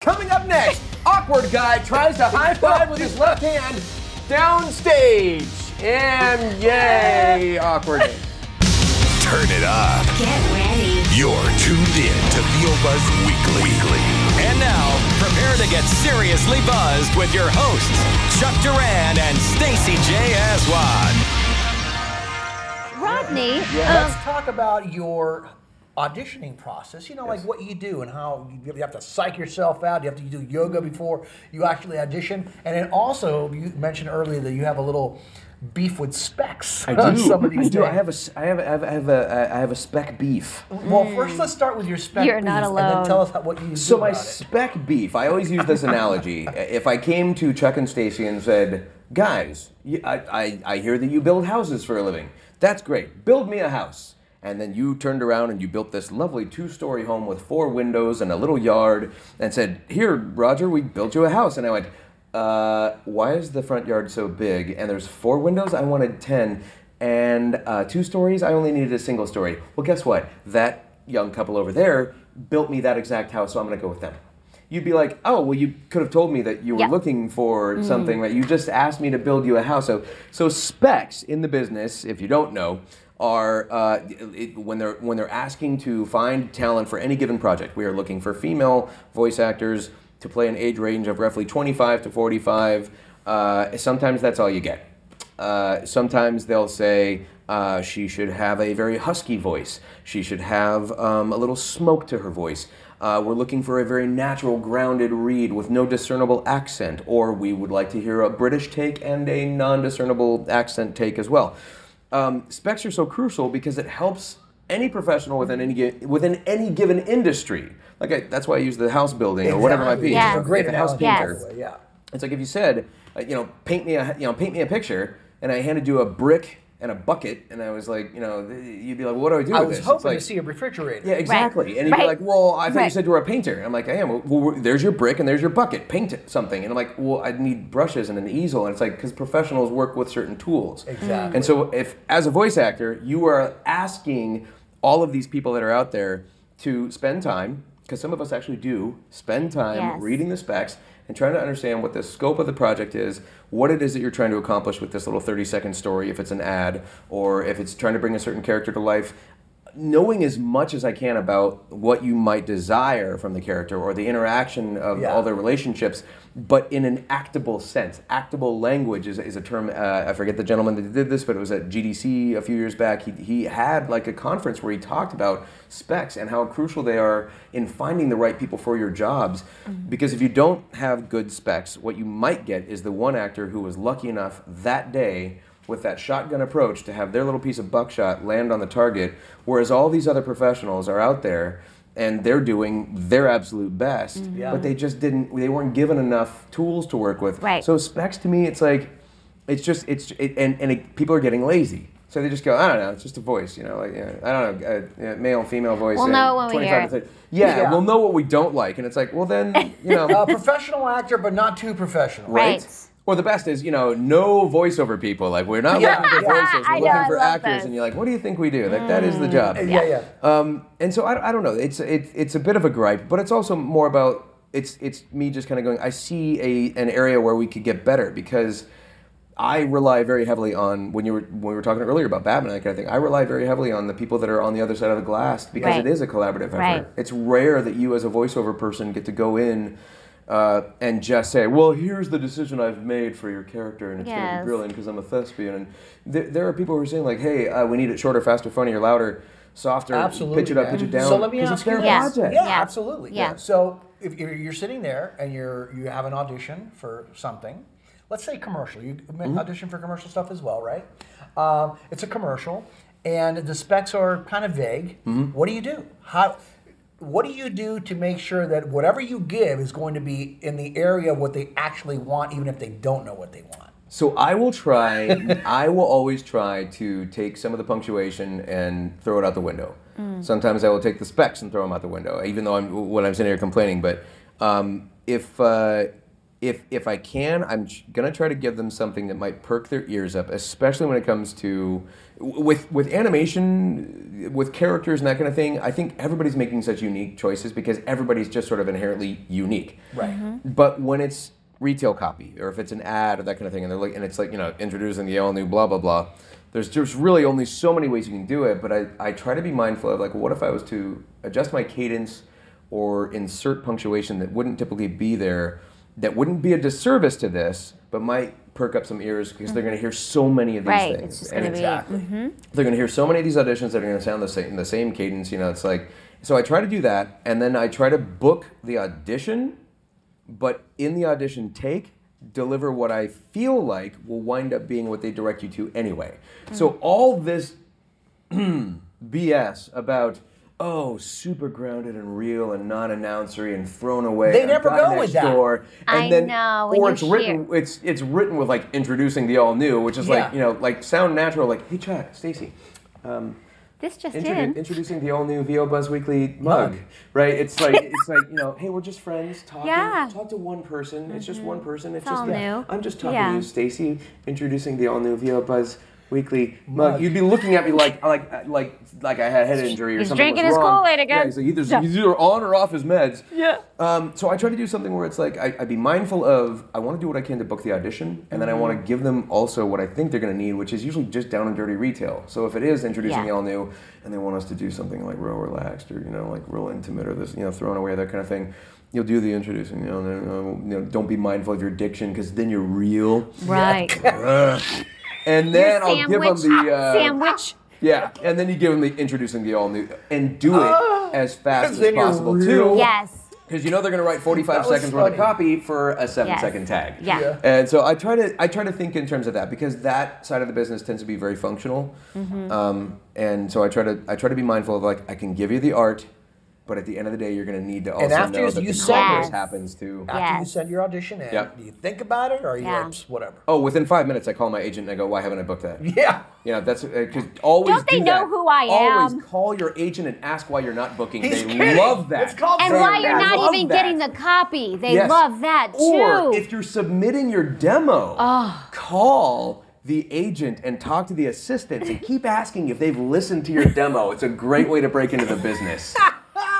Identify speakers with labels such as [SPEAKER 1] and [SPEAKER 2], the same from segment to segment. [SPEAKER 1] Coming up next, awkward guy tries to high five with his left hand downstage. And yay, awkward.
[SPEAKER 2] Turn it up.
[SPEAKER 3] Get ready.
[SPEAKER 2] You're tuned in to Feel Buzz Weekly. Weekly.
[SPEAKER 4] And now, prepare to get seriously buzzed with your hosts, Chuck Duran and Stacy J. Aswan.
[SPEAKER 3] Rodney,
[SPEAKER 5] Let's
[SPEAKER 3] um,
[SPEAKER 5] talk about your auditioning process. You know, like what you do and how you you have to psych yourself out. You have to do yoga before you actually audition. And then also, you mentioned earlier that you have a little beef with specs.
[SPEAKER 6] I do.
[SPEAKER 5] Some of these
[SPEAKER 6] I do. I
[SPEAKER 5] days.
[SPEAKER 6] have a, s- I have, I have, I have a, I have a spec beef.
[SPEAKER 5] Well, first let's start with your spec.
[SPEAKER 3] You're not
[SPEAKER 5] beef, And
[SPEAKER 3] alone.
[SPEAKER 5] then tell us how, what you
[SPEAKER 6] So
[SPEAKER 5] do
[SPEAKER 6] my
[SPEAKER 5] about it.
[SPEAKER 6] spec beef. I always use this analogy. if I came to Chuck and Stacy and said, "Guys, you- I, I, I hear that you build houses for a living. That's great. Build me a house." And then you turned around and you built this lovely two-story home with four windows and a little yard, and said, "Here, Roger, we built you a house." And I went, uh, "Why is the front yard so big? And there's four windows. I wanted ten, and uh, two stories. I only needed a single story. Well, guess what? That young couple over there built me that exact house, so I'm gonna go with them. You'd be like, oh, well, you could have told me that you were
[SPEAKER 3] Yeah.
[SPEAKER 6] looking for something, right? You just asked me to build you a house. So, so specs in the business, if you don't know, are uh, it, when they're when they're asking to find talent for any given project. We are looking for female voice actors to play an age range of roughly 25 to 45. Uh, sometimes that's all you get. Uh, sometimes they'll say uh, she should have a very husky voice. She should have um, a little smoke to her voice. Uh, we're looking for a very natural, grounded read with no discernible accent, or we would like to hear a British take and a non discernible accent take as well. Um, specs are so crucial because it helps any professional within any gi- within any given industry. Like I, that's why I use the house building or whatever it might be.
[SPEAKER 5] Exactly.
[SPEAKER 3] Yes.
[SPEAKER 5] A great
[SPEAKER 6] If a house
[SPEAKER 5] analogy,
[SPEAKER 3] Yes.
[SPEAKER 5] by
[SPEAKER 6] painter
[SPEAKER 5] the way, Yeah.
[SPEAKER 6] it's like if you said, uh, you know, paint me a, you know, paint me a picture, and I handed you a brick and a bucket, and I was like, you know, th- you'd be like, well, what do I do
[SPEAKER 5] I
[SPEAKER 6] with
[SPEAKER 5] was
[SPEAKER 6] this? It's
[SPEAKER 5] hoping
[SPEAKER 6] like-
[SPEAKER 5] to see a refrigerator.
[SPEAKER 6] Yeah, exactly. And you'd be
[SPEAKER 3] Right.
[SPEAKER 6] like, well, I thought you
[SPEAKER 3] Right.
[SPEAKER 6] said you were a painter. I'm like, I am. Well, well, there's your brick and there's your bucket. Paint it something. And I'm like, well, I need brushes and an easel. And it's like, because professionals work with certain tools.
[SPEAKER 5] Exactly.
[SPEAKER 6] And so, if as a voice actor, you are asking all of these people that are out there to spend time, because some of us actually do spend time
[SPEAKER 3] Yes.
[SPEAKER 6] reading the specs and trying to understand what the scope of the project is, what it is that you're trying to accomplish with this little 30 second story, if it's an ad or if it's trying to bring a certain character to life. Knowing as much as I can about what you might desire from the character or the interaction of
[SPEAKER 5] Yeah.
[SPEAKER 6] all their relationships, but in an actable sense. Actable language is, is a term, uh, I forget the gentleman that did this, but it was at GDC a few years back. He, he had like a conference where he talked about specs and how crucial they are in finding the right people for your jobs. Because if you don't have good specs, what you might get is the one actor who was lucky enough that day with that shotgun approach to have their little piece of buckshot land on the target, whereas all these other professionals are out there and they're doing their absolute best,
[SPEAKER 3] Mm-hmm.
[SPEAKER 5] Yeah.
[SPEAKER 6] but they just didn't. They weren't given enough tools to work with.
[SPEAKER 3] Right.
[SPEAKER 6] So specs to me, it's like, it's just it's it, and and it, people are getting lazy. So they just go, I don't know, it's just a voice, you know, like, you know, I don't know, uh, you know, male and female voice.
[SPEAKER 3] We'll
[SPEAKER 6] and
[SPEAKER 3] know when we
[SPEAKER 6] 25
[SPEAKER 3] hear
[SPEAKER 6] to
[SPEAKER 3] it.
[SPEAKER 6] 30. Yeah,
[SPEAKER 5] Yeah. Oh,
[SPEAKER 6] we'll know what we don't like, and it's like, well then, you know,
[SPEAKER 5] A professional actor, but not too professional.
[SPEAKER 3] Right.
[SPEAKER 6] Or the best is, you know, no voiceover people. Like we're not
[SPEAKER 5] Yeah.
[SPEAKER 6] looking for
[SPEAKER 5] Yeah.
[SPEAKER 6] voices, we're
[SPEAKER 3] I know,
[SPEAKER 6] looking
[SPEAKER 3] I
[SPEAKER 6] for
[SPEAKER 3] love Mm.
[SPEAKER 6] actors.
[SPEAKER 3] those.
[SPEAKER 6] And you're like, what do you think we do? Like that is the job.
[SPEAKER 5] Yeah, yeah.
[SPEAKER 6] Um, and so I, I don't know. It's it, it's a bit of a gripe, but it's also more about it's it's me just kind of going. I see a an area where we could get better because I rely very heavily on when you were when we were talking earlier about Batman that kind of thing. I rely very heavily on the people that are on the other side of the glass because it
[SPEAKER 3] Right.
[SPEAKER 6] is a collaborative effort.
[SPEAKER 3] Right.
[SPEAKER 6] It's rare that you as a voiceover person get to go in. Uh, and just say, well, here's the decision I've made for your character, and it's going to
[SPEAKER 3] Yes.
[SPEAKER 6] be brilliant because I'm a thespian. And th- there are people who are saying like, hey, uh, we need it shorter, faster, funnier, louder, softer.
[SPEAKER 5] Absolutely.
[SPEAKER 6] Pitch it up,
[SPEAKER 5] man.
[SPEAKER 6] pitch it down.
[SPEAKER 5] So let me
[SPEAKER 6] 'cause
[SPEAKER 5] ask
[SPEAKER 6] it's
[SPEAKER 5] you
[SPEAKER 6] their
[SPEAKER 5] this.
[SPEAKER 6] project.
[SPEAKER 5] Yeah,
[SPEAKER 3] Yeah.
[SPEAKER 5] absolutely.
[SPEAKER 3] Yeah.
[SPEAKER 5] So if you're, you're sitting there and you're you have an audition for something, let's say commercial. You ma-
[SPEAKER 6] Mm-hmm.
[SPEAKER 5] audition for commercial stuff as well, right? Um, it's a commercial, and the specs are kind of vague.
[SPEAKER 6] Mm-hmm.
[SPEAKER 5] What do you do? How? What do you do to make sure that whatever you give is going to be in the area of what they actually want, even if they don't know what they want?
[SPEAKER 6] So I will try. I will always try to take some of the punctuation and throw it out the window.
[SPEAKER 5] Mm.
[SPEAKER 6] Sometimes I will take the specs and throw them out the window, even though I'm when I'm sitting here complaining. But um, if uh, if if I can, I'm ch- gonna try to give them something that might perk their ears up, especially when it comes to w- with with animation, with characters and that kind of thing. I think everybody's making such unique choices because everybody's just sort of inherently unique.
[SPEAKER 5] Right.
[SPEAKER 3] Mm-hmm.
[SPEAKER 6] But when it's retail copy or if it's an ad or that kind of thing, and they're like, and it's like you know introducing the all new blah blah blah. There's just really only so many ways you can do it, but I, I try to be mindful of like, what if I was to adjust my cadence or insert punctuation that wouldn't typically be there, that wouldn't be a disservice to this, but might perk up some ears because they're going to hear so many of these
[SPEAKER 3] Mm-hmm. Right,
[SPEAKER 6] things.
[SPEAKER 3] it's just
[SPEAKER 6] And
[SPEAKER 3] gonna be- mm-hmm.
[SPEAKER 5] Exactly.
[SPEAKER 6] they're going to hear so many of these auditions that are going to sound the same, the same cadence. You know, it's like so. I try to do that, and then I try to book the audition, but in the audition take deliver what I feel like will wind up being what they direct you to anyway. So
[SPEAKER 5] Hmm.
[SPEAKER 6] all this BS about. Oh, super grounded and real and non-announcery and thrown away.
[SPEAKER 5] They
[SPEAKER 6] and
[SPEAKER 5] never
[SPEAKER 6] God
[SPEAKER 5] go
[SPEAKER 6] next
[SPEAKER 5] with that.
[SPEAKER 6] Door, and
[SPEAKER 3] I
[SPEAKER 6] then,
[SPEAKER 3] know, when
[SPEAKER 6] Or
[SPEAKER 3] you
[SPEAKER 6] it's written.
[SPEAKER 3] hear-
[SPEAKER 6] It's it's written with like introducing the all new, which is
[SPEAKER 5] Yeah.
[SPEAKER 6] like you know like sound natural. Like hey Chuck, Stacy,
[SPEAKER 3] This just
[SPEAKER 6] Introdu-
[SPEAKER 3] in.
[SPEAKER 6] introducing the all new VO Buzz Weekly mug, right? It's like it's like you know, hey, we're just friends talking.
[SPEAKER 3] Yeah. Mm-hmm.
[SPEAKER 6] Talk to one person. It's just one person. It's,
[SPEAKER 3] It's
[SPEAKER 6] just
[SPEAKER 3] all new.
[SPEAKER 6] I'm just talking
[SPEAKER 3] Yeah.
[SPEAKER 6] to you, Stacy. Introducing the all new VO Buzz Weekly mug. You'd be looking at me like like like like I had a head injury or
[SPEAKER 3] He's
[SPEAKER 6] something.
[SPEAKER 3] drinking
[SPEAKER 6] was
[SPEAKER 3] his
[SPEAKER 6] wrong.
[SPEAKER 3] Kool-Aid
[SPEAKER 6] Yeah,
[SPEAKER 3] again.
[SPEAKER 6] he's like, either, he's either on or off his meds.
[SPEAKER 3] Yeah.
[SPEAKER 6] Um, so I try to do something where it's like I, I be mindful of I want to do what I can to book the audition, and then I want
[SPEAKER 3] Mm-hmm.
[SPEAKER 6] to give them also what I think they're going to need, which is usually just down and dirty retail. So if it is introducing
[SPEAKER 3] Yeah.
[SPEAKER 6] the all new, and they want us to do something like real relaxed or you know like real intimate or this you know thrown away that kind of thing, you'll do the introducing. You know, and then, uh, you know don't be mindful of your diction because then you're real.
[SPEAKER 3] Right.
[SPEAKER 6] And then I'll give them
[SPEAKER 3] sandwich.
[SPEAKER 6] the uh,
[SPEAKER 3] sandwich.
[SPEAKER 6] yeah, and then you give them the introducing the all new and do it as fast
[SPEAKER 5] 'cause
[SPEAKER 6] as
[SPEAKER 5] then you're
[SPEAKER 6] possible
[SPEAKER 5] real.
[SPEAKER 6] too.
[SPEAKER 3] Yes.
[SPEAKER 6] Because you know they're going to write 45
[SPEAKER 5] was
[SPEAKER 6] seconds worth
[SPEAKER 5] funny.
[SPEAKER 6] of copy for a
[SPEAKER 3] Yes.
[SPEAKER 6] seven-second tag.
[SPEAKER 3] Yeah. Yeah.
[SPEAKER 6] And so I try to I try to think in terms of that because that side of the business tends to be very functional,
[SPEAKER 3] Mm-hmm.
[SPEAKER 6] um, and so I try to I try to be mindful of like I can give you the art, but at the end of the day you're going to need to also
[SPEAKER 5] after
[SPEAKER 6] know that
[SPEAKER 5] you
[SPEAKER 6] the
[SPEAKER 5] send-
[SPEAKER 6] progress
[SPEAKER 3] Yes.
[SPEAKER 6] happens too.
[SPEAKER 5] After you
[SPEAKER 3] Yes.
[SPEAKER 5] send your audition in,
[SPEAKER 6] Yep.
[SPEAKER 5] do you think about it or you
[SPEAKER 3] Yeah.
[SPEAKER 5] just whatever?
[SPEAKER 6] Oh, within five minutes I call my agent and I go, why haven't I booked that?
[SPEAKER 5] Yeah.
[SPEAKER 6] You know that's because always
[SPEAKER 3] Don't they
[SPEAKER 6] do
[SPEAKER 3] know
[SPEAKER 6] that.
[SPEAKER 3] who I am?
[SPEAKER 6] Always call your agent and ask why you're not booking.
[SPEAKER 5] He's
[SPEAKER 6] they
[SPEAKER 5] kidding.
[SPEAKER 6] love that.
[SPEAKER 5] It's called
[SPEAKER 3] And
[SPEAKER 5] They
[SPEAKER 3] why you're
[SPEAKER 6] oh, love
[SPEAKER 3] not even
[SPEAKER 6] that.
[SPEAKER 3] getting the copy. They
[SPEAKER 6] Yes.
[SPEAKER 3] love that too.
[SPEAKER 6] Or if you're submitting your demo, call the agent and talk to the assistants and keep asking if they've listened to your demo. It's a great way to break into the business.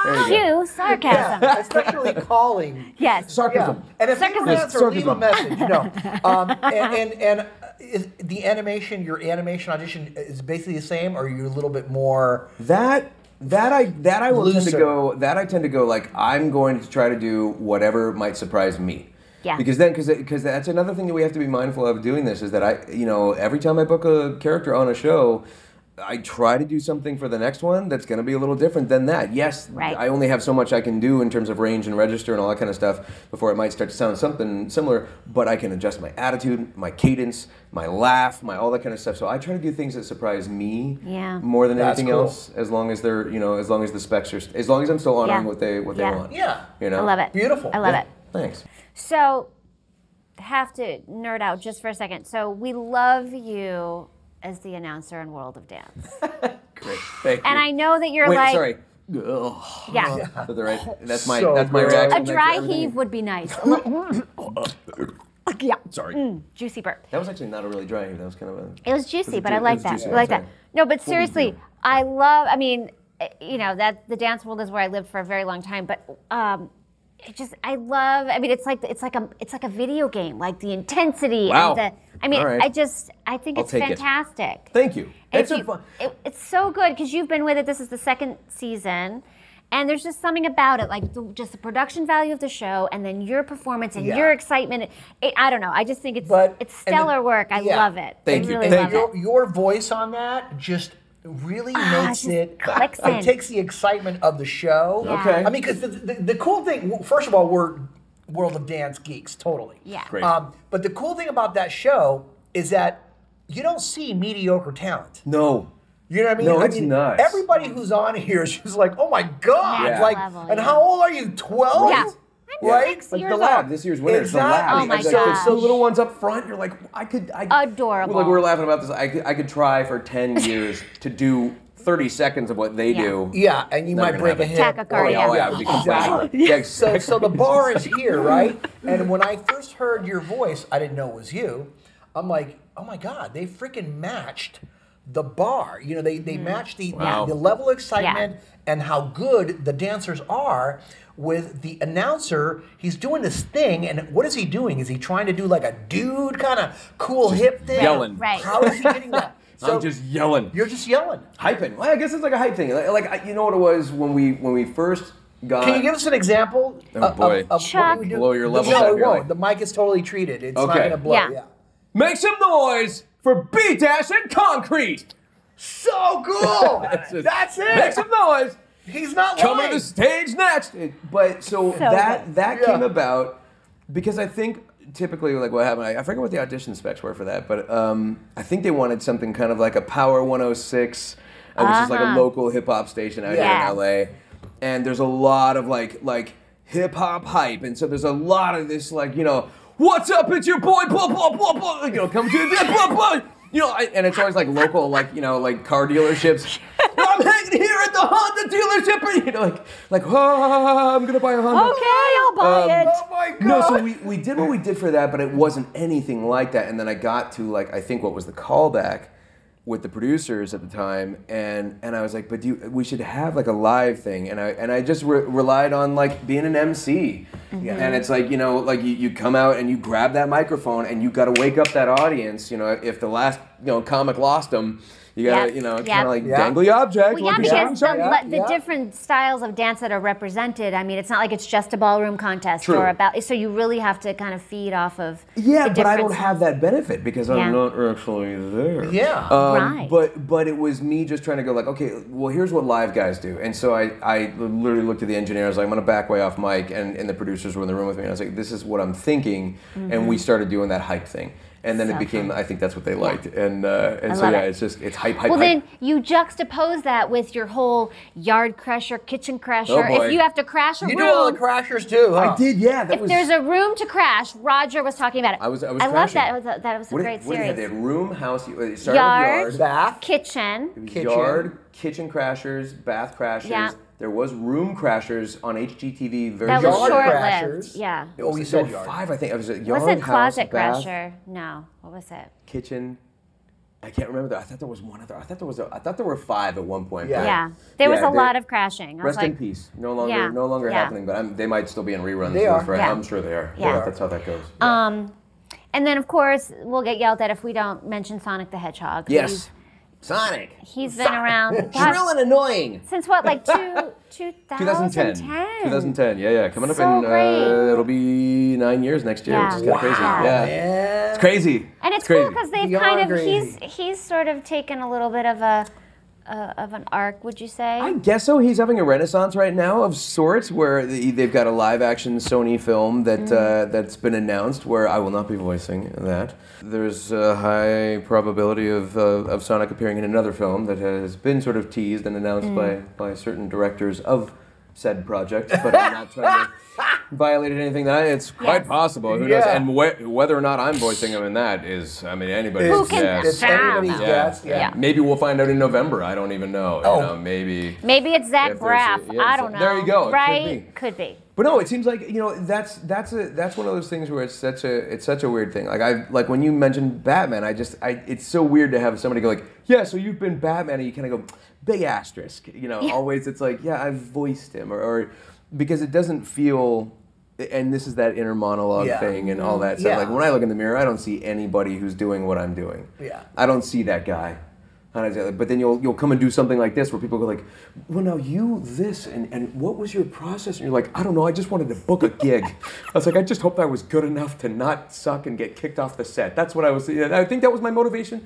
[SPEAKER 6] There you go.
[SPEAKER 3] Cue sarcasm.
[SPEAKER 5] Especially calling.
[SPEAKER 3] Yes.
[SPEAKER 6] Sarcasm.
[SPEAKER 5] And if you
[SPEAKER 6] Yes,
[SPEAKER 5] answer, leave a
[SPEAKER 6] sarcasm.
[SPEAKER 5] message. No. Um, and and, and uh, is the animation, your animation audition is basically the same, or are you a little bit more?
[SPEAKER 6] That that I that I will tend
[SPEAKER 5] Looser.
[SPEAKER 6] to go that I tend to go like I'm going to try to do whatever might surprise me.
[SPEAKER 3] Yeah.
[SPEAKER 6] Because then because because that's another thing that we have to be mindful of doing this is that I you know every time I book a character on a show. I try to do something for the next one that's going to be a little different than that. Yes,
[SPEAKER 3] Right.
[SPEAKER 6] I only have so much I can do in terms of range and register and all that kind of stuff before it might start to sound something similar, but I can adjust my attitude, my cadence, my laugh, my all that kind of stuff. So I try to do things that surprise me
[SPEAKER 3] Yeah.
[SPEAKER 6] more than
[SPEAKER 5] That's
[SPEAKER 6] anything
[SPEAKER 5] cool.
[SPEAKER 6] else as long as they're you know as long as the specs are as long as i'm still honoring
[SPEAKER 3] Yeah.
[SPEAKER 6] what they what they
[SPEAKER 3] Yeah.
[SPEAKER 6] want
[SPEAKER 5] Yeah.
[SPEAKER 6] you know
[SPEAKER 3] I love it.
[SPEAKER 5] Beautiful.
[SPEAKER 3] I love
[SPEAKER 5] Yeah.
[SPEAKER 3] it.
[SPEAKER 6] thanks
[SPEAKER 3] So, have to nerd out just for a second. So, we love you as the announcer in World of Dance.
[SPEAKER 6] great thank
[SPEAKER 3] And
[SPEAKER 6] you
[SPEAKER 3] I know that you're
[SPEAKER 6] wait
[SPEAKER 3] like,
[SPEAKER 6] sorry Ugh.
[SPEAKER 3] yeah,
[SPEAKER 6] Is that right? that's my
[SPEAKER 5] So
[SPEAKER 6] that's my
[SPEAKER 5] gross.
[SPEAKER 3] a
[SPEAKER 6] reaction to
[SPEAKER 3] dry
[SPEAKER 6] everything.
[SPEAKER 3] heave would be nice. A little- yeah, Mm,
[SPEAKER 6] sorry
[SPEAKER 3] juicy burp.
[SPEAKER 6] that was actually not a really dry heave that was kind of a
[SPEAKER 3] It was juicy,
[SPEAKER 6] it
[SPEAKER 3] but
[SPEAKER 6] ju-
[SPEAKER 3] I
[SPEAKER 6] it
[SPEAKER 3] like
[SPEAKER 6] was
[SPEAKER 3] that.
[SPEAKER 6] juicy,
[SPEAKER 3] I like
[SPEAKER 6] I'm
[SPEAKER 3] that.
[SPEAKER 6] sorry.
[SPEAKER 3] No, but
[SPEAKER 6] we
[SPEAKER 3] seriously,
[SPEAKER 6] do.
[SPEAKER 3] I love. I mean, eh, you know that the dance world is where I lived for a very long time, but. Um, it just I love. I mean, it's like it's like a it's like a video game. Like the intensity
[SPEAKER 6] Wow.
[SPEAKER 3] and the. I mean,
[SPEAKER 6] All right.
[SPEAKER 3] I just I think
[SPEAKER 6] I'll
[SPEAKER 3] it's
[SPEAKER 6] take it.
[SPEAKER 3] fantastic.
[SPEAKER 6] thank you
[SPEAKER 3] And
[SPEAKER 6] it's
[SPEAKER 3] if
[SPEAKER 6] a
[SPEAKER 3] you-
[SPEAKER 6] fun
[SPEAKER 3] it- it's so good because you've been with it. This is the second season. And there's just something about it, like the, just the production value of the show, and then your performance and
[SPEAKER 5] Yeah.
[SPEAKER 3] your excitement. It, I don't know. I just think it's
[SPEAKER 5] But-
[SPEAKER 3] it's
[SPEAKER 5] and then-
[SPEAKER 3] stellar work. I
[SPEAKER 5] yeah.
[SPEAKER 3] love it.
[SPEAKER 6] Thank
[SPEAKER 3] I
[SPEAKER 6] you.
[SPEAKER 3] Really
[SPEAKER 6] Thank
[SPEAKER 3] love
[SPEAKER 5] your, your voice on that just really makes
[SPEAKER 3] just
[SPEAKER 5] it
[SPEAKER 3] clicks in.
[SPEAKER 5] it takes the excitement of the show
[SPEAKER 3] Yeah. Okay.
[SPEAKER 5] i mean because the, the, the cool thing first of all we're world of dance geeks totally
[SPEAKER 3] Yeah.
[SPEAKER 6] Great.
[SPEAKER 5] um, but the cool thing about that show is that you don't see mediocre talent
[SPEAKER 6] no
[SPEAKER 5] you know what I mean?
[SPEAKER 6] No,
[SPEAKER 5] I
[SPEAKER 6] it's
[SPEAKER 5] mean,
[SPEAKER 6] nuts.
[SPEAKER 5] Everybody who's on here is just like, oh my god!
[SPEAKER 3] Next
[SPEAKER 5] Like,
[SPEAKER 3] level,
[SPEAKER 5] and
[SPEAKER 3] yeah.
[SPEAKER 5] how old are you? Twelve?
[SPEAKER 3] it. Yeah. I'm
[SPEAKER 5] Right?
[SPEAKER 3] six
[SPEAKER 6] like
[SPEAKER 3] years
[SPEAKER 6] the
[SPEAKER 3] old.
[SPEAKER 6] lab, this year's winner. The
[SPEAKER 5] Exactly.
[SPEAKER 6] lab.
[SPEAKER 3] Oh my
[SPEAKER 6] It's like the-
[SPEAKER 3] gosh.
[SPEAKER 6] The little ones up front, you're like, I could, I
[SPEAKER 3] Adorable.
[SPEAKER 6] Like we were laughing about this. I could, I could try for ten years to do 30 seconds of what they
[SPEAKER 3] Yeah.
[SPEAKER 6] do.
[SPEAKER 5] Yeah, and you
[SPEAKER 6] They're
[SPEAKER 5] might
[SPEAKER 6] gonna
[SPEAKER 5] break
[SPEAKER 6] have
[SPEAKER 5] a
[SPEAKER 6] it.
[SPEAKER 5] hip.
[SPEAKER 3] Tachycardia.
[SPEAKER 5] or-
[SPEAKER 6] Oh, yeah, it'd be completely- yeah,
[SPEAKER 5] So, so the bar is here, right? And when I first heard your voice, I didn't know it was you. I'm like, oh my god, they freaking matched the bar. You know, they they matched the,
[SPEAKER 6] Wow.
[SPEAKER 5] the level of excitement and how good the dancers are with the announcer. He's doing this thing, and what is he doing? Is he trying to do like a dude kind of cool hip thing?
[SPEAKER 6] yelling.
[SPEAKER 3] Right.
[SPEAKER 5] How is he getting that?
[SPEAKER 6] I'm just yelling.
[SPEAKER 5] You're just yelling.
[SPEAKER 6] Hyping. Well, I guess it's like a hype thing. Like, like, I- you know what it was when we when we first got.
[SPEAKER 5] Can you give us an example
[SPEAKER 6] Oh,
[SPEAKER 5] of,
[SPEAKER 6] boy.
[SPEAKER 5] of, of what
[SPEAKER 3] Chuck.
[SPEAKER 5] we do?
[SPEAKER 6] Blow your levels
[SPEAKER 5] no,
[SPEAKER 6] up
[SPEAKER 5] it
[SPEAKER 6] here,
[SPEAKER 5] won't.
[SPEAKER 6] like-
[SPEAKER 5] The mic is totally treated. It's not
[SPEAKER 6] Okay.
[SPEAKER 5] going to blow.
[SPEAKER 3] Yeah.
[SPEAKER 5] Yeah.
[SPEAKER 6] Make some noise for B Dash and Concrete.
[SPEAKER 5] So cool.
[SPEAKER 6] Oh, That's it.
[SPEAKER 5] That's it.
[SPEAKER 6] Make some noise.
[SPEAKER 5] He's not
[SPEAKER 6] Coming
[SPEAKER 5] lying.
[SPEAKER 6] to the stage next. It- But so, that that
[SPEAKER 5] Yeah.
[SPEAKER 6] came about because I think typically like what happened. I, I forget what the audition specs were for that, but um, I think they wanted something kind of like a Power 106, uh, which is like a
[SPEAKER 3] Uh-huh.
[SPEAKER 6] local hip hop station out
[SPEAKER 3] Yeah.
[SPEAKER 6] here in LA. And there's a lot of like like hip hop hype, and so there's a lot of this like you know what's up? It's your boy blah blah blah blah. You know come to the blah blah. You know, I, and it's always like local, like you know, like car dealerships. I'm hanging here at the Honda dealership, and you know, like, like, oh, I'm gonna buy a Honda.
[SPEAKER 3] Okay, I'll buy
[SPEAKER 6] Um,
[SPEAKER 3] it.
[SPEAKER 5] Oh my god.
[SPEAKER 6] No, so we, we did what we did for that, but it wasn't anything like that. And then I got to like I think what was the callback with the producers at the time, and and I was like, but do you, we should have like a live thing, and I and I just re- relied on like being an MC,
[SPEAKER 3] Mm-hmm.
[SPEAKER 6] and it's like you know like you, you come out and you grab that microphone and you got to wake up that audience. You know if the last you know comic lost them, you gotta
[SPEAKER 3] Yep,
[SPEAKER 6] you know it's
[SPEAKER 3] yep.
[SPEAKER 6] kind of like
[SPEAKER 5] Yeah.
[SPEAKER 6] dangle your object.
[SPEAKER 3] Well,
[SPEAKER 6] like
[SPEAKER 3] yeah,
[SPEAKER 6] you said.
[SPEAKER 3] because the,
[SPEAKER 5] Yeah,
[SPEAKER 3] le- the
[SPEAKER 5] yeah.
[SPEAKER 3] different styles of dance that are represented. I mean, it's not like it's just a ballroom contest
[SPEAKER 6] True.
[SPEAKER 3] or about. So you really have to kind of feed off of.
[SPEAKER 6] Yeah,
[SPEAKER 3] the
[SPEAKER 6] but I don't
[SPEAKER 3] different-
[SPEAKER 6] have that benefit because
[SPEAKER 3] Yeah.
[SPEAKER 6] I'm not actually there.
[SPEAKER 5] Yeah.
[SPEAKER 6] Um,
[SPEAKER 3] Right.
[SPEAKER 6] But but it was me just trying to go like, okay, well here's what live guys do, and so I, I literally looked at the engineer. I was like, I'm gonna back way off mic, and, and the producers were in the room with me, and I was like, this is what I'm thinking, and we started doing that hype thing, and then
[SPEAKER 3] Mm-hmm.
[SPEAKER 6] it
[SPEAKER 3] So
[SPEAKER 6] became
[SPEAKER 3] fun.
[SPEAKER 6] I think that's what they liked, and uh, and
[SPEAKER 3] I
[SPEAKER 6] so
[SPEAKER 3] love
[SPEAKER 6] yeah,
[SPEAKER 3] it.
[SPEAKER 6] it's just it's hype hype
[SPEAKER 3] Well,
[SPEAKER 6] hype.
[SPEAKER 3] then you juxtapose that with your whole yard crusher, kitchen crusher.
[SPEAKER 6] Oh, boy.
[SPEAKER 3] if you have to crash a
[SPEAKER 5] you do all the
[SPEAKER 3] room,
[SPEAKER 5] crashers too. Huh?
[SPEAKER 6] I did yeah. That
[SPEAKER 3] if
[SPEAKER 6] was
[SPEAKER 3] there's a room to crash, Roger was talking about it.
[SPEAKER 6] I was I was.
[SPEAKER 3] I love
[SPEAKER 6] crashing.
[SPEAKER 3] that. It was a- That was a
[SPEAKER 6] What did-
[SPEAKER 3] great
[SPEAKER 6] what did they have?
[SPEAKER 3] series.
[SPEAKER 6] They had room house. It started
[SPEAKER 3] Yard.
[SPEAKER 6] with yard.
[SPEAKER 5] Bath.
[SPEAKER 3] Kitchen.
[SPEAKER 5] Kitchen.
[SPEAKER 6] Yard, kitchen crashers, bath crashers.
[SPEAKER 3] Yeah.
[SPEAKER 6] There was room crashers on HGTV. Very
[SPEAKER 3] That was
[SPEAKER 5] Yard
[SPEAKER 6] short.
[SPEAKER 3] short lived.
[SPEAKER 5] crashers.
[SPEAKER 3] Yeah.
[SPEAKER 5] Oh, we
[SPEAKER 6] There
[SPEAKER 5] said
[SPEAKER 6] were
[SPEAKER 5] yard.
[SPEAKER 6] five, I think. It was a yard
[SPEAKER 3] Was it
[SPEAKER 6] house,
[SPEAKER 3] closet
[SPEAKER 6] bath,
[SPEAKER 3] crusher? No. What was it?
[SPEAKER 6] kitchen. I can't remember that. I thought there was one other. I thought there was. A, I thought there were five at one point.
[SPEAKER 5] Yeah.
[SPEAKER 6] but-
[SPEAKER 3] Yeah. There was
[SPEAKER 6] Yeah,
[SPEAKER 3] a
[SPEAKER 6] they-
[SPEAKER 3] lot of crashing. I was
[SPEAKER 6] Rest in
[SPEAKER 3] like,
[SPEAKER 6] peace. No longer,
[SPEAKER 3] Yeah,
[SPEAKER 6] no longer
[SPEAKER 3] yeah.
[SPEAKER 6] happening. But I'm, they might still be in reruns.
[SPEAKER 5] They are.
[SPEAKER 6] Right?
[SPEAKER 3] Yeah.
[SPEAKER 6] I'm sure they are.
[SPEAKER 3] Yeah.
[SPEAKER 6] But That's how that goes.
[SPEAKER 3] Um, and then of course we'll get yelled at if we don't mention Sonic the Hedgehog.
[SPEAKER 6] yes. Sonic.
[SPEAKER 3] he's, he's been around gosh,
[SPEAKER 6] Shrill and annoying.
[SPEAKER 3] since what, like two,
[SPEAKER 6] 2010.
[SPEAKER 3] 2010.
[SPEAKER 6] 2010. Yeah, yeah. Coming
[SPEAKER 3] So
[SPEAKER 6] up in
[SPEAKER 3] great.
[SPEAKER 6] uh, it'll be nine years next year,
[SPEAKER 3] Yeah.
[SPEAKER 6] which is kind of crazy.
[SPEAKER 3] Wow,
[SPEAKER 6] Yeah. It's crazy.
[SPEAKER 3] And it's, cool
[SPEAKER 6] crazy.
[SPEAKER 3] because they've
[SPEAKER 5] Beyond
[SPEAKER 3] kind of
[SPEAKER 5] crazy.
[SPEAKER 3] he's he's sort of taken a little bit of a uh, of an arc, would you say?
[SPEAKER 6] I guess so. He's having a renaissance right now of sorts, where the- they've got a live-action Sony film that
[SPEAKER 3] Mm-hmm.
[SPEAKER 6] uh, that's been announced. Where I will not be voicing that. There's a high probability of uh, of Sonic appearing in another film that has been sort of teased and announced
[SPEAKER 3] Mm.
[SPEAKER 6] by by certain directors of said project. But I'm not trying to violate anything. That it's quite
[SPEAKER 3] Yes.
[SPEAKER 6] possible. Who knows?
[SPEAKER 5] Yeah.
[SPEAKER 6] And whe- whether or not I'm voicing him in that is, I mean, anybody's
[SPEAKER 3] Who can
[SPEAKER 6] guess.
[SPEAKER 5] It's
[SPEAKER 3] Sound.
[SPEAKER 5] everybody's
[SPEAKER 3] Yeah.
[SPEAKER 5] guess. Yeah.
[SPEAKER 3] Yeah.
[SPEAKER 6] Maybe we'll find out in November. I don't even know.
[SPEAKER 5] Oh.
[SPEAKER 6] You know maybe.
[SPEAKER 3] Maybe it's Zach
[SPEAKER 6] If there's a-
[SPEAKER 3] Braff.
[SPEAKER 6] yeah,
[SPEAKER 3] I
[SPEAKER 6] so-
[SPEAKER 3] don't know.
[SPEAKER 6] there you go. It could
[SPEAKER 3] Right?
[SPEAKER 6] be.
[SPEAKER 3] Could be.
[SPEAKER 6] But no, it seems like you know that's that's a that's one of those things where it's such a it's such a weird thing. Like I like when you mentioned Batman, I just I it's so weird to have somebody go like, yeah, so you've been Batman, and you kind of go big asterisk. You know,
[SPEAKER 3] Yeah.
[SPEAKER 6] always it's like, yeah, I've voiced him, or, or because it doesn't feel. And this is that inner monologue
[SPEAKER 5] Yeah.
[SPEAKER 6] thing and all that stuff.
[SPEAKER 5] Yeah.
[SPEAKER 6] Like when I look in the mirror, I don't see anybody who's doing what I'm doing.
[SPEAKER 5] Yeah.
[SPEAKER 6] I don't see that guy. And I say, But then you'll you'll come and do something like this where people go like, well now you this and, and what was your process? And you're like, I don't know, I just wanted to book a gig. I was like, I just hoped I was good enough to not suck and get kicked off the set. That's what I was. And I think that was my motivation.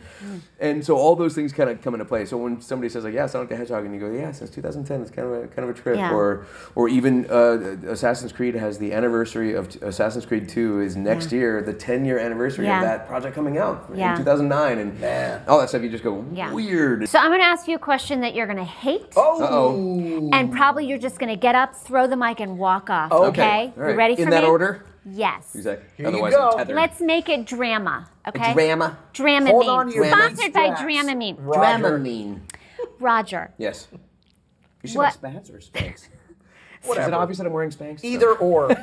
[SPEAKER 6] And so all those things kind of come into play. So when somebody says like, yeah, Sonic the Hedgehog, and you go, yeah, since 2010, it's kind of a kind of a trip.
[SPEAKER 3] Yeah.
[SPEAKER 6] Or or even uh, Assassin's Creed has the anniversary of Assassin's Creed 2 is next
[SPEAKER 3] Yeah.
[SPEAKER 6] year, the 10 year anniversary
[SPEAKER 3] Yeah.
[SPEAKER 6] of that project coming out
[SPEAKER 3] Yeah.
[SPEAKER 6] in 2009 and all that stuff. You just go
[SPEAKER 3] Yeah.
[SPEAKER 6] weird.
[SPEAKER 3] So I'm going to ask you a question that you're going to hate.
[SPEAKER 5] Oh.
[SPEAKER 6] Uh-oh.
[SPEAKER 3] And probably you're just going to get up, throw the mic, and walk off.
[SPEAKER 5] Okay.
[SPEAKER 3] Okay.
[SPEAKER 6] Oh, All right.
[SPEAKER 3] You ready for
[SPEAKER 6] In that
[SPEAKER 3] me?
[SPEAKER 6] order?
[SPEAKER 3] Yes.
[SPEAKER 6] Exactly.
[SPEAKER 5] Here you
[SPEAKER 6] Otherwise,
[SPEAKER 5] go.
[SPEAKER 6] I'm tethered.
[SPEAKER 3] Let's make it drama. Okay.
[SPEAKER 6] Drama.
[SPEAKER 3] Dramamine.
[SPEAKER 5] Hold on to your
[SPEAKER 3] Sponsored by
[SPEAKER 5] bootstraps.
[SPEAKER 3] Dramamine.
[SPEAKER 5] Roger.
[SPEAKER 6] Dramamine.
[SPEAKER 3] Roger.
[SPEAKER 6] Yes. You should
[SPEAKER 3] What-
[SPEAKER 6] have spats or spanks. Is it
[SPEAKER 5] Whatever.
[SPEAKER 6] obvious that I'm wearing spanks?
[SPEAKER 5] Either or.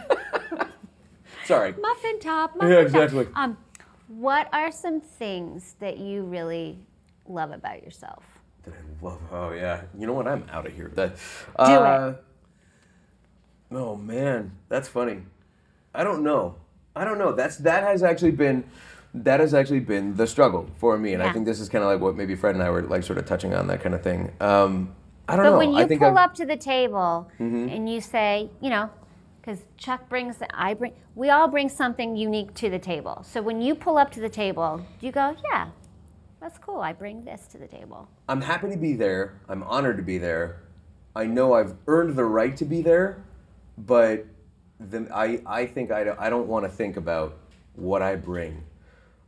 [SPEAKER 6] Sorry.
[SPEAKER 3] Muffin top. Muffin
[SPEAKER 6] exactly.
[SPEAKER 3] Top. Um, what are some things that you really love about yourself?
[SPEAKER 6] That I love. Oh yeah. You know what? I'm out of here. That.
[SPEAKER 3] Do it.
[SPEAKER 6] it. Oh man, that's funny. I don't know. I don't know. That's that has actually been, that has actually been the struggle for me, and I
[SPEAKER 3] Yeah.
[SPEAKER 6] think this is kind of like what maybe Fred and I were like sort of touching on that kind of thing. Um, I don't
[SPEAKER 3] But
[SPEAKER 6] know.
[SPEAKER 3] when
[SPEAKER 6] I
[SPEAKER 3] you
[SPEAKER 6] think
[SPEAKER 3] pull
[SPEAKER 6] I've- Mm-hmm.
[SPEAKER 3] up to the table and you say, you know, because Chuck brings, I bring, we all bring something unique to the table. So when you pull up to the table, you go, yeah, that's cool. I bring this to the table.
[SPEAKER 6] I'm happy to be there. I'm honored to be there. I know I've earned the right to be there, but the, I, I think I don't, I don't want to think about what I bring.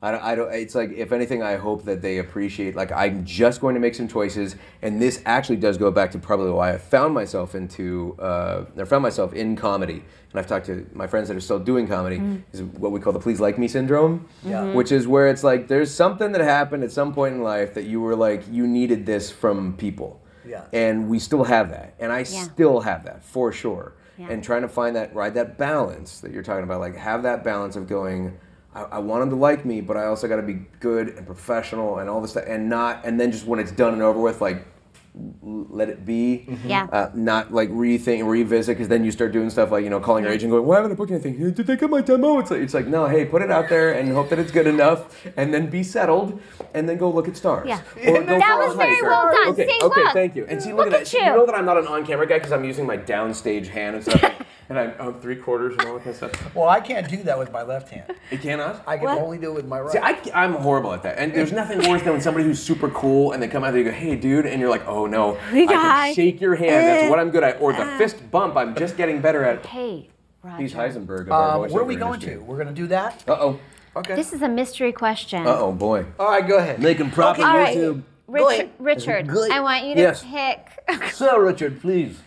[SPEAKER 6] I don't, I don't, it's like, if anything, I hope that they appreciate, like, I'm just going to make some choices. And this actually does go back to probably why I found myself into, uh, I found myself in comedy. And I've talked to my friends that are still doing comedy, is what we call the please like me syndrome,
[SPEAKER 5] Yeah.
[SPEAKER 6] which is where it's like, there's something that happened at some point in life that you were like, you needed this from people.
[SPEAKER 5] Yeah.
[SPEAKER 6] And we still have that. And I
[SPEAKER 3] Yeah.
[SPEAKER 6] still have that for sure.
[SPEAKER 3] Yeah.
[SPEAKER 6] And trying to find that, right, that balance that you're talking about, like have that balance of going, I, I want them to like me, but I also got to be good and professional and all this stuff, and not, and then just when it's done and over with, like l- let it be.
[SPEAKER 3] Yeah.
[SPEAKER 6] Uh, not like rethink, revisit, because then you start doing stuff like you know calling your agent, going, "Why haven't I booked anything? Did they get my demo?" It's like it's like no, hey, put it out there and hope that it's good enough, and then be settled, and then go look at stars.
[SPEAKER 3] Yeah.
[SPEAKER 6] Or go
[SPEAKER 3] That
[SPEAKER 6] follow
[SPEAKER 3] was very
[SPEAKER 6] Heiser.
[SPEAKER 3] well done.
[SPEAKER 6] Okay,
[SPEAKER 3] See,
[SPEAKER 6] okay,
[SPEAKER 3] look.
[SPEAKER 6] thank you. And see, look,
[SPEAKER 3] Look
[SPEAKER 6] at that.
[SPEAKER 3] at
[SPEAKER 6] She-
[SPEAKER 3] you.
[SPEAKER 6] know that I'm not an on-camera guy because I'm using my downstage hand and stuff, and I'm, I'm three quarters and all that kind of stuff.
[SPEAKER 5] Well, I can't do that with my left hand.
[SPEAKER 6] You cannot.
[SPEAKER 5] I can
[SPEAKER 3] What?
[SPEAKER 5] only do it with my right. Um,
[SPEAKER 6] See, I, I'm horrible at that. And there's nothing worse than when somebody who's super cool and they come out there, you go, hey, dude, and you're like, oh no, I
[SPEAKER 3] Guy.
[SPEAKER 6] can shake your hand. That's
[SPEAKER 3] Eh.
[SPEAKER 6] what I'm good at. Or the fist bump, I'm just getting better at. Uh,
[SPEAKER 3] Hey, Roger.
[SPEAKER 6] He's Heisenberg
[SPEAKER 5] Um,
[SPEAKER 6] of our
[SPEAKER 5] where are we going to? We're going to do that.
[SPEAKER 6] Uh oh.
[SPEAKER 5] Okay.
[SPEAKER 3] This is a mystery question.
[SPEAKER 6] Uh oh, boy.
[SPEAKER 5] All right, go ahead.
[SPEAKER 6] Making profit
[SPEAKER 3] All right,
[SPEAKER 5] Good.
[SPEAKER 3] Richard, Richard
[SPEAKER 5] Good.
[SPEAKER 3] I want you to
[SPEAKER 6] Yes.
[SPEAKER 3] pick.
[SPEAKER 7] Sir Richard, please.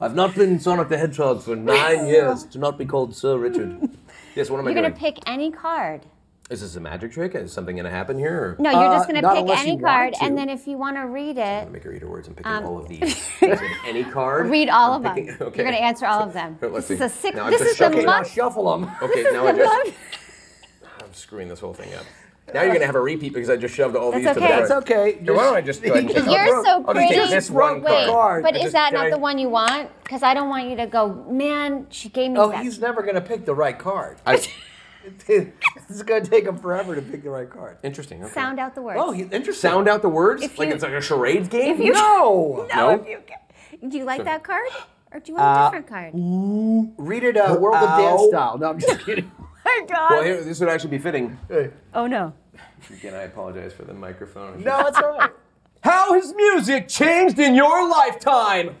[SPEAKER 7] I've not been Sonic the Hedgehog for nine years to not be called Sir Richard.
[SPEAKER 6] Yes, what am I
[SPEAKER 3] You're gonna
[SPEAKER 6] doing?
[SPEAKER 3] pick any card.
[SPEAKER 6] Is this a magic trick? Is something going to happen here? Or
[SPEAKER 3] No, you're just
[SPEAKER 5] Uh,
[SPEAKER 3] gonna
[SPEAKER 5] not
[SPEAKER 3] pick
[SPEAKER 5] unless you
[SPEAKER 3] any
[SPEAKER 5] want
[SPEAKER 3] card,
[SPEAKER 5] to.
[SPEAKER 3] and then if you want to read it,
[SPEAKER 6] Make her eat her words. I'm picking all of these. Is it any card?
[SPEAKER 3] Um, read all
[SPEAKER 6] I'm
[SPEAKER 3] of them.
[SPEAKER 6] picking- okay.
[SPEAKER 3] You're gonna answer all of them.
[SPEAKER 6] Let's
[SPEAKER 3] this
[SPEAKER 6] see.
[SPEAKER 3] is a six.
[SPEAKER 6] Now I'm
[SPEAKER 3] this
[SPEAKER 6] just
[SPEAKER 3] is the
[SPEAKER 6] shuffling. Now
[SPEAKER 5] Now
[SPEAKER 3] month.
[SPEAKER 5] shuffle them.
[SPEAKER 6] Okay, now I just. I'm screwing this whole thing up. Now you're gonna have a repeat because I just shoved all
[SPEAKER 3] That's
[SPEAKER 6] these to the
[SPEAKER 3] okay.
[SPEAKER 6] front.
[SPEAKER 5] That's okay.
[SPEAKER 6] Here, why don't I just go ahead and take
[SPEAKER 5] You're
[SPEAKER 6] off?
[SPEAKER 3] You're so
[SPEAKER 6] I'll just
[SPEAKER 3] pretty.
[SPEAKER 6] take this one
[SPEAKER 3] Wait,
[SPEAKER 6] card.
[SPEAKER 3] but
[SPEAKER 6] I
[SPEAKER 3] is
[SPEAKER 6] just-
[SPEAKER 3] that
[SPEAKER 6] can
[SPEAKER 3] not
[SPEAKER 6] I-
[SPEAKER 3] the one you want? Because I don't want you to go. Man, she gave me
[SPEAKER 5] Oh,
[SPEAKER 3] that.
[SPEAKER 5] he's never going to pick the right card.
[SPEAKER 6] I-
[SPEAKER 5] it's going to take him forever to pick the right card.
[SPEAKER 6] Interesting. Okay.
[SPEAKER 3] Sound out the words.
[SPEAKER 5] Oh, he, interesting.
[SPEAKER 6] Sound out the words?
[SPEAKER 3] If
[SPEAKER 6] like
[SPEAKER 3] you-
[SPEAKER 6] it's like a charades game?
[SPEAKER 3] If you-
[SPEAKER 5] No.
[SPEAKER 3] No,
[SPEAKER 6] No? Uh,
[SPEAKER 3] if you can- Do you like that card, or do you want a different card?
[SPEAKER 5] Read it uh, World of Dance
[SPEAKER 6] Ow.
[SPEAKER 5] style. No, I'm just kidding.
[SPEAKER 3] my God.
[SPEAKER 6] Well, here, this would actually be fitting.
[SPEAKER 3] oh no.
[SPEAKER 6] Again, I apologize for the microphone.
[SPEAKER 5] No, it's all right.
[SPEAKER 6] How has music changed in your lifetime?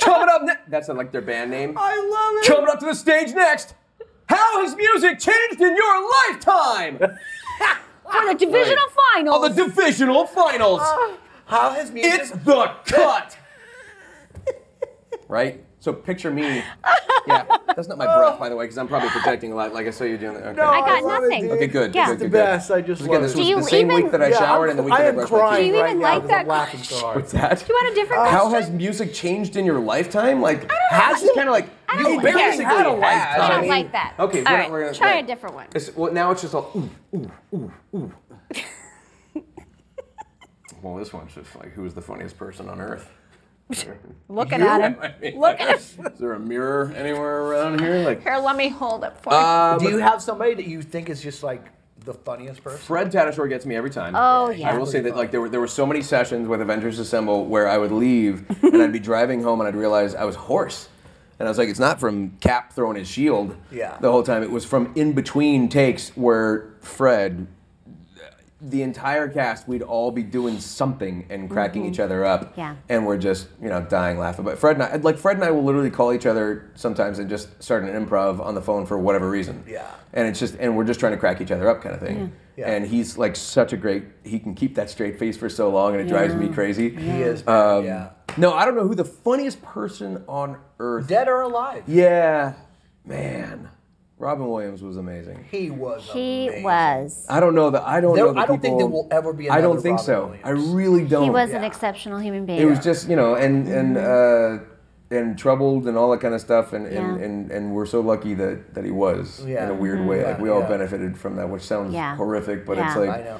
[SPEAKER 6] Coming up next. That's not like their band name.
[SPEAKER 5] I love it.
[SPEAKER 6] Coming up to the stage next. How has music changed in your lifetime?
[SPEAKER 3] For the divisional final.
[SPEAKER 6] On Oh, the divisional finals.
[SPEAKER 5] Oh. How has music?
[SPEAKER 6] It's the cut. right? So picture me. Yeah, that's not my breath, by the way, because I'm probably projecting a lot. like I saw you doing. Okay.
[SPEAKER 5] No,
[SPEAKER 3] I got
[SPEAKER 5] love it,
[SPEAKER 3] nothing.
[SPEAKER 5] dude.
[SPEAKER 6] Okay, good.
[SPEAKER 3] Yeah.
[SPEAKER 6] good,
[SPEAKER 3] It's the
[SPEAKER 6] good, good.
[SPEAKER 5] best. I just
[SPEAKER 6] Because Again,
[SPEAKER 5] love
[SPEAKER 6] this
[SPEAKER 5] it.
[SPEAKER 6] was
[SPEAKER 3] Do
[SPEAKER 6] the
[SPEAKER 3] you
[SPEAKER 6] same week
[SPEAKER 3] even-
[SPEAKER 6] that I
[SPEAKER 5] Yeah,
[SPEAKER 6] showered
[SPEAKER 5] I'm-
[SPEAKER 6] and the week
[SPEAKER 5] I
[SPEAKER 6] that I
[SPEAKER 5] am
[SPEAKER 6] brushed my
[SPEAKER 5] crying Uh,
[SPEAKER 6] teeth.
[SPEAKER 3] Do you
[SPEAKER 5] right
[SPEAKER 3] even
[SPEAKER 5] now
[SPEAKER 3] like
[SPEAKER 5] because I'm
[SPEAKER 3] that
[SPEAKER 5] laughing so hard.
[SPEAKER 6] What's that?
[SPEAKER 3] Do you want a different
[SPEAKER 6] How
[SPEAKER 3] question?
[SPEAKER 6] has music changed in your lifetime? Like, has
[SPEAKER 3] know.
[SPEAKER 6] is kind of like
[SPEAKER 3] I don't
[SPEAKER 6] you
[SPEAKER 3] like that.
[SPEAKER 6] basically
[SPEAKER 3] I
[SPEAKER 6] had
[SPEAKER 5] like
[SPEAKER 3] don't
[SPEAKER 5] that.
[SPEAKER 3] I
[SPEAKER 5] I
[SPEAKER 3] don't
[SPEAKER 5] mean-
[SPEAKER 3] like that.
[SPEAKER 6] Okay,
[SPEAKER 3] All
[SPEAKER 6] we're-
[SPEAKER 3] right,
[SPEAKER 6] we're-
[SPEAKER 3] try a
[SPEAKER 6] right.
[SPEAKER 3] different one.
[SPEAKER 6] It's, well, now it's just all. Ooh, ooh, ooh, ooh. well, this one's just like, who's the funniest person on earth?
[SPEAKER 3] Looking at him.
[SPEAKER 6] I mean,
[SPEAKER 3] Look at-
[SPEAKER 6] Is there a mirror anywhere around here? Like,
[SPEAKER 3] Here, let me hold it for you.
[SPEAKER 6] um,
[SPEAKER 5] Do you have somebody that you think is just like the funniest person?
[SPEAKER 6] Fred Tatasciore gets me every time.
[SPEAKER 3] Oh, yeah.
[SPEAKER 6] I will say that like there were there were so many sessions with Avengers Assemble where I would leave and I'd be driving home and I'd realize I was hoarse. And I was like, it's not from Cap throwing his shield
[SPEAKER 5] Yeah.
[SPEAKER 6] the whole time. It was from in between takes where Fred, the entire cast, we'd all be doing something and cracking each other up.
[SPEAKER 3] Mm-hmm. Yeah.
[SPEAKER 6] And we're just, you know, dying laughing. But Fred and I, like Fred and I will literally call each other sometimes and just start an improv on the phone for whatever reason.
[SPEAKER 5] Yeah.
[SPEAKER 6] And it's just, and we're just trying to crack each other up kind of thing.
[SPEAKER 5] Yeah.
[SPEAKER 6] And he's like such a great, he can keep that straight face for so long and it drives me crazy.
[SPEAKER 5] He is.
[SPEAKER 6] Um,
[SPEAKER 5] yeah.
[SPEAKER 6] No, I don't know who the funniest person on earth.
[SPEAKER 5] Dead or alive?
[SPEAKER 6] Yeah. Man. Robin Williams was amazing.
[SPEAKER 5] He was.
[SPEAKER 3] He
[SPEAKER 5] amazing.
[SPEAKER 3] was.
[SPEAKER 6] I don't know that. I don't
[SPEAKER 5] There-
[SPEAKER 6] know. The
[SPEAKER 5] I don't think
[SPEAKER 6] people-
[SPEAKER 5] there will ever be
[SPEAKER 6] I don't
[SPEAKER 5] another
[SPEAKER 6] think
[SPEAKER 5] Robin
[SPEAKER 6] so.
[SPEAKER 5] Williams.
[SPEAKER 6] I really don't.
[SPEAKER 3] He was an
[SPEAKER 5] Yeah.
[SPEAKER 3] exceptional human being.
[SPEAKER 6] Oh, It was just you know, and and uh, and troubled and all that kind of stuff, and and,
[SPEAKER 3] Mm-hmm. Yeah.
[SPEAKER 6] and, and we're so lucky that that he was
[SPEAKER 5] Yeah.
[SPEAKER 6] in a weird way. Like
[SPEAKER 5] Yeah,
[SPEAKER 6] we all
[SPEAKER 5] yeah.
[SPEAKER 6] benefited from that, which sounds
[SPEAKER 3] Yeah.
[SPEAKER 6] horrific, but it's
[SPEAKER 3] Yeah.
[SPEAKER 6] like
[SPEAKER 5] I know.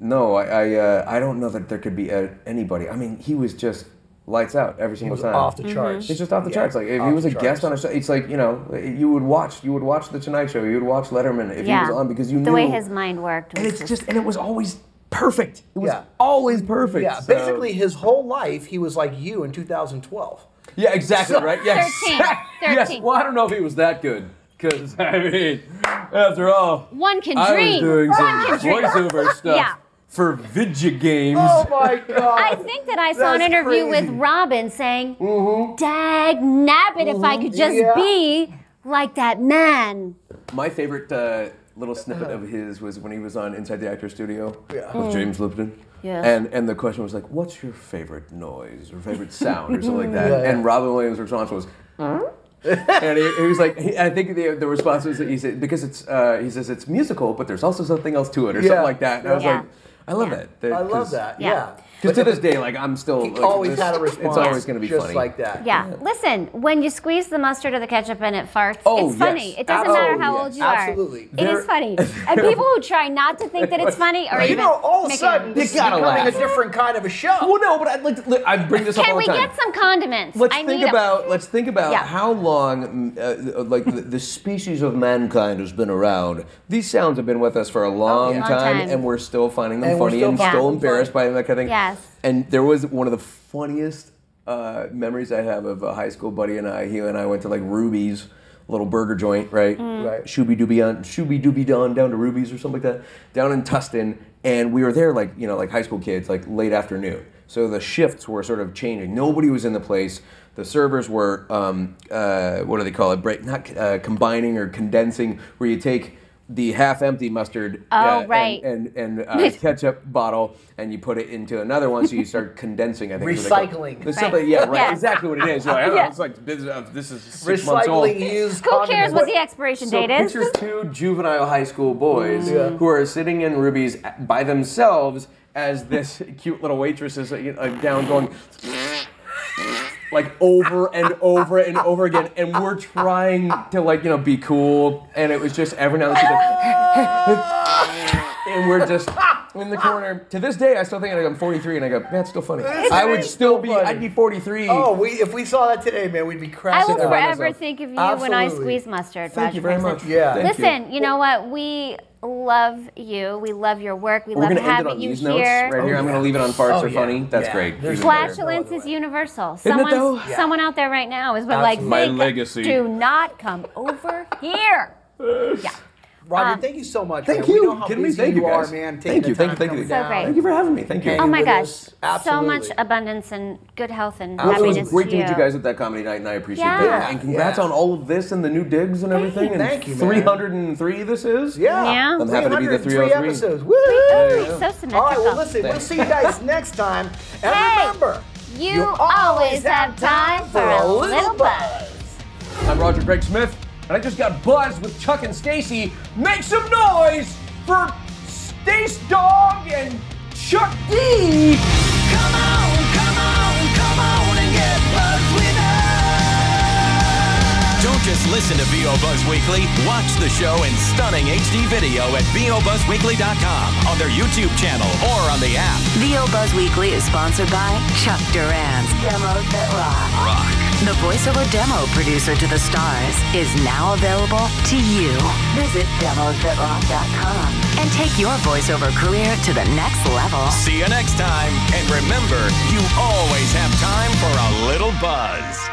[SPEAKER 6] no, I I, uh, I don't know that there could be uh anybody. I mean, he was just lights out every
[SPEAKER 5] He
[SPEAKER 6] single
[SPEAKER 5] was
[SPEAKER 6] time.
[SPEAKER 5] off the
[SPEAKER 3] Mm-hmm.
[SPEAKER 5] charts.
[SPEAKER 6] It's just off the charts. Like if
[SPEAKER 5] Off
[SPEAKER 6] he
[SPEAKER 5] the
[SPEAKER 6] was a
[SPEAKER 5] charts.
[SPEAKER 6] guest on a show, it's like you know, you would watch, you would watch the Tonight Show, you would watch Letterman if
[SPEAKER 3] yeah.
[SPEAKER 6] he was on because you
[SPEAKER 3] the
[SPEAKER 6] knew.
[SPEAKER 3] way his mind worked. Was
[SPEAKER 6] and it's just and it was always perfect. It was
[SPEAKER 5] Yeah.
[SPEAKER 6] always perfect.
[SPEAKER 5] Yeah,
[SPEAKER 6] so-
[SPEAKER 5] basically his whole life he was like you in 2012.
[SPEAKER 6] Yeah, exactly, right? Yes.
[SPEAKER 3] 13,
[SPEAKER 6] yes.
[SPEAKER 3] 13.
[SPEAKER 6] Well, I don't know if he was that good. Because, I mean, after all,
[SPEAKER 3] One can
[SPEAKER 6] I was
[SPEAKER 3] dream.
[SPEAKER 6] doing some
[SPEAKER 3] One can dream.
[SPEAKER 6] voiceover stuff
[SPEAKER 3] Yeah. Oh,
[SPEAKER 6] for video games.
[SPEAKER 5] my god.
[SPEAKER 3] I think that I saw an
[SPEAKER 6] That's
[SPEAKER 3] interview
[SPEAKER 6] crazy. Mm-hmm.
[SPEAKER 3] with Robin saying, "Dag nabbit, if I could just
[SPEAKER 5] Yeah.
[SPEAKER 3] be like that man."
[SPEAKER 6] My favorite uh, little snippet of his was when he was on Inside the Actor Studio
[SPEAKER 5] Uh-huh. Yeah.
[SPEAKER 3] Hmm.
[SPEAKER 6] with James Lipton.
[SPEAKER 3] Yes.
[SPEAKER 6] And and the question was like, what's your favorite noise or favorite sound or something like that?
[SPEAKER 5] Yeah, yeah.
[SPEAKER 6] And Robin Williams' response was, and he, he was like, he- I think the, the response was that he said because it's uh, he says it's musical, but there's also something else to it or
[SPEAKER 5] Yeah.
[SPEAKER 6] something like that. And I was
[SPEAKER 3] Yeah.
[SPEAKER 6] like, I love
[SPEAKER 3] Yeah.
[SPEAKER 6] that. that.
[SPEAKER 5] I love that.
[SPEAKER 3] Yeah.
[SPEAKER 5] Yeah.
[SPEAKER 6] Because to this day, like I'm still
[SPEAKER 5] He
[SPEAKER 6] like,
[SPEAKER 5] always
[SPEAKER 6] this-
[SPEAKER 5] had a response.
[SPEAKER 6] It's always going to be
[SPEAKER 5] just
[SPEAKER 6] funny.
[SPEAKER 5] like that.
[SPEAKER 3] Yeah. Listen, when you squeeze the mustard or the ketchup and it farts,
[SPEAKER 6] Oh,
[SPEAKER 3] it's funny.
[SPEAKER 6] yes.
[SPEAKER 3] It doesn't
[SPEAKER 5] Oh,
[SPEAKER 3] matter how
[SPEAKER 5] yes.
[SPEAKER 3] old you
[SPEAKER 5] Absolutely.
[SPEAKER 3] are. It
[SPEAKER 6] There-
[SPEAKER 3] is funny. and people who try not to think that it's funny are
[SPEAKER 6] You
[SPEAKER 5] You
[SPEAKER 3] even
[SPEAKER 5] know, all of a
[SPEAKER 3] making-
[SPEAKER 5] sudden this is
[SPEAKER 6] You gotta
[SPEAKER 5] becoming a
[SPEAKER 6] laugh.
[SPEAKER 5] different kind of a show.
[SPEAKER 6] Well, no, but I'd like to, I bring this up
[SPEAKER 3] Can
[SPEAKER 6] all the
[SPEAKER 3] we
[SPEAKER 6] time.
[SPEAKER 3] get some condiments?
[SPEAKER 6] Let's
[SPEAKER 3] I
[SPEAKER 6] think
[SPEAKER 3] need 'em.
[SPEAKER 6] about let's think about
[SPEAKER 3] Yeah.
[SPEAKER 6] how long, mm, uh, uh, like the, the species of mankind has been around. These sounds have been with us for a long,
[SPEAKER 3] Oh, Long
[SPEAKER 6] time,
[SPEAKER 3] time.
[SPEAKER 6] and we're still finding them
[SPEAKER 5] And we're
[SPEAKER 6] funny
[SPEAKER 5] still
[SPEAKER 6] and
[SPEAKER 3] finding
[SPEAKER 6] still
[SPEAKER 3] them
[SPEAKER 6] embarrassed by them, that kind of thing.
[SPEAKER 3] Yes.
[SPEAKER 6] And there was one of the funniest uh, memories I have of a high school buddy and I. He and I went to like Ruby's. Little burger joint, right?
[SPEAKER 3] Mm.
[SPEAKER 5] Right.
[SPEAKER 6] Shooby dooby on, shooby dooby don, down to Ruby's or something like that, down in Tustin, and we were there like you know like high school kids, like late afternoon. So the shifts were sort of changing. Nobody was in the place. The servers were um, uh, what do they call it? Break, not uh, combining or condensing, where you take the half-empty mustard
[SPEAKER 3] Oh,
[SPEAKER 6] uh,
[SPEAKER 3] right.
[SPEAKER 6] and and, and uh, ketchup bottle, and you put it into another one, so you start condensing. I think is what they call it.
[SPEAKER 5] Recycling.
[SPEAKER 6] There's something- yeah, right.
[SPEAKER 3] Yes.
[SPEAKER 6] Exactly what it is. You're like, I don't know,
[SPEAKER 3] Yeah.
[SPEAKER 6] it's like this, uh, this is six months old.
[SPEAKER 5] Recycling used
[SPEAKER 3] Who cares what
[SPEAKER 5] condiments.
[SPEAKER 3] the expiration
[SPEAKER 6] So
[SPEAKER 3] date is?
[SPEAKER 6] picture two juvenile high school boys
[SPEAKER 5] Mm. Yeah.
[SPEAKER 6] who are sitting in Ruby's by themselves as this cute little waitress is like, like, uh, down going like over and over and over again, and we're trying to like you know be cool, and it was just every now and then she's like, and we're just in the corner. To this day, I still think like, I'm 43, and I go, man, it's still funny. I would still be, I'd be 43.
[SPEAKER 5] Oh, we if we saw that today, man, we'd be
[SPEAKER 3] I
[SPEAKER 5] crashing
[SPEAKER 3] will
[SPEAKER 5] out.
[SPEAKER 6] by
[SPEAKER 3] forever
[SPEAKER 6] myself.
[SPEAKER 3] think of you when I
[SPEAKER 5] Absolutely.
[SPEAKER 3] squeeze mustard.
[SPEAKER 6] thank you very
[SPEAKER 3] Roger Francis.
[SPEAKER 6] much.
[SPEAKER 5] Yeah.
[SPEAKER 6] Thank you.
[SPEAKER 3] Listen, you. know what? We love you. We love your work. We
[SPEAKER 6] We're
[SPEAKER 3] love
[SPEAKER 6] gonna end it
[SPEAKER 3] having
[SPEAKER 6] on
[SPEAKER 3] you
[SPEAKER 6] these notes
[SPEAKER 3] here.
[SPEAKER 6] right here. I'm gonna leave it on farts
[SPEAKER 5] Oh,
[SPEAKER 6] are
[SPEAKER 5] yeah.
[SPEAKER 6] funny. That's
[SPEAKER 5] Yeah.
[SPEAKER 6] great.
[SPEAKER 5] There's
[SPEAKER 6] Even better.
[SPEAKER 3] Flatulence is universal.
[SPEAKER 6] it
[SPEAKER 3] Someone,
[SPEAKER 6] though?
[SPEAKER 5] Yeah.
[SPEAKER 3] someone out there right now is like,
[SPEAKER 5] Absolutely. My
[SPEAKER 3] Vic,
[SPEAKER 6] legacy.
[SPEAKER 3] do not come over here. Yeah.
[SPEAKER 5] Roger,
[SPEAKER 3] Um,
[SPEAKER 5] thank you so much.
[SPEAKER 6] Thank
[SPEAKER 5] man.
[SPEAKER 6] you.
[SPEAKER 5] We know how
[SPEAKER 6] Kidding me?
[SPEAKER 5] busy
[SPEAKER 6] Thank
[SPEAKER 5] you
[SPEAKER 6] you,
[SPEAKER 5] are,
[SPEAKER 6] guys.
[SPEAKER 5] man.
[SPEAKER 6] Thank you, thank you, thank you.
[SPEAKER 5] you.
[SPEAKER 3] So great.
[SPEAKER 6] Thank you for having me. Thank you.
[SPEAKER 5] Hanging
[SPEAKER 3] Oh my
[SPEAKER 5] with
[SPEAKER 3] gosh.
[SPEAKER 5] us.
[SPEAKER 3] So
[SPEAKER 5] Absolutely.
[SPEAKER 3] much abundance and good health and
[SPEAKER 6] Absolutely. It
[SPEAKER 3] happiness.
[SPEAKER 6] was great to meet
[SPEAKER 3] you.
[SPEAKER 6] you guys at that comedy night, and I appreciate
[SPEAKER 3] Yeah.
[SPEAKER 6] that. And congrats
[SPEAKER 5] Yeah.
[SPEAKER 6] on all of this and the new digs and everything. And
[SPEAKER 5] Thank you, man.
[SPEAKER 6] 303 this is.
[SPEAKER 5] Yeah.
[SPEAKER 3] Yeah.
[SPEAKER 6] I'm happy to be the
[SPEAKER 5] 303
[SPEAKER 6] 303.
[SPEAKER 5] episodes.
[SPEAKER 3] Ooh,
[SPEAKER 5] Woo!
[SPEAKER 3] Oh, so symmetrical.
[SPEAKER 5] All right, well, listen, we'll see you guys next time. And
[SPEAKER 3] Hey,
[SPEAKER 5] remember,
[SPEAKER 3] you always have time for a little buzz.
[SPEAKER 6] I'm Roger Greg Smith, and I just got buzzed with Chuck and Stacy. Make some noise for Stace Dog and Chuck D.
[SPEAKER 2] Come on, come on, come on and get buzzed with us.
[SPEAKER 4] Don't just listen to VO Buzz Weekly. Watch the show in stunning HD video at VOBuzzWeekly.com on their YouTube channel or on the app.
[SPEAKER 8] VO Buzz Weekly is sponsored by Chuck Duran's Demos That Rock.
[SPEAKER 4] Rock.
[SPEAKER 8] The voiceover demo producer to the stars is now available to you. Visit demosthatrock.com and take your voiceover career to the next level.
[SPEAKER 4] See you next time. And remember, you always have time for a little buzz.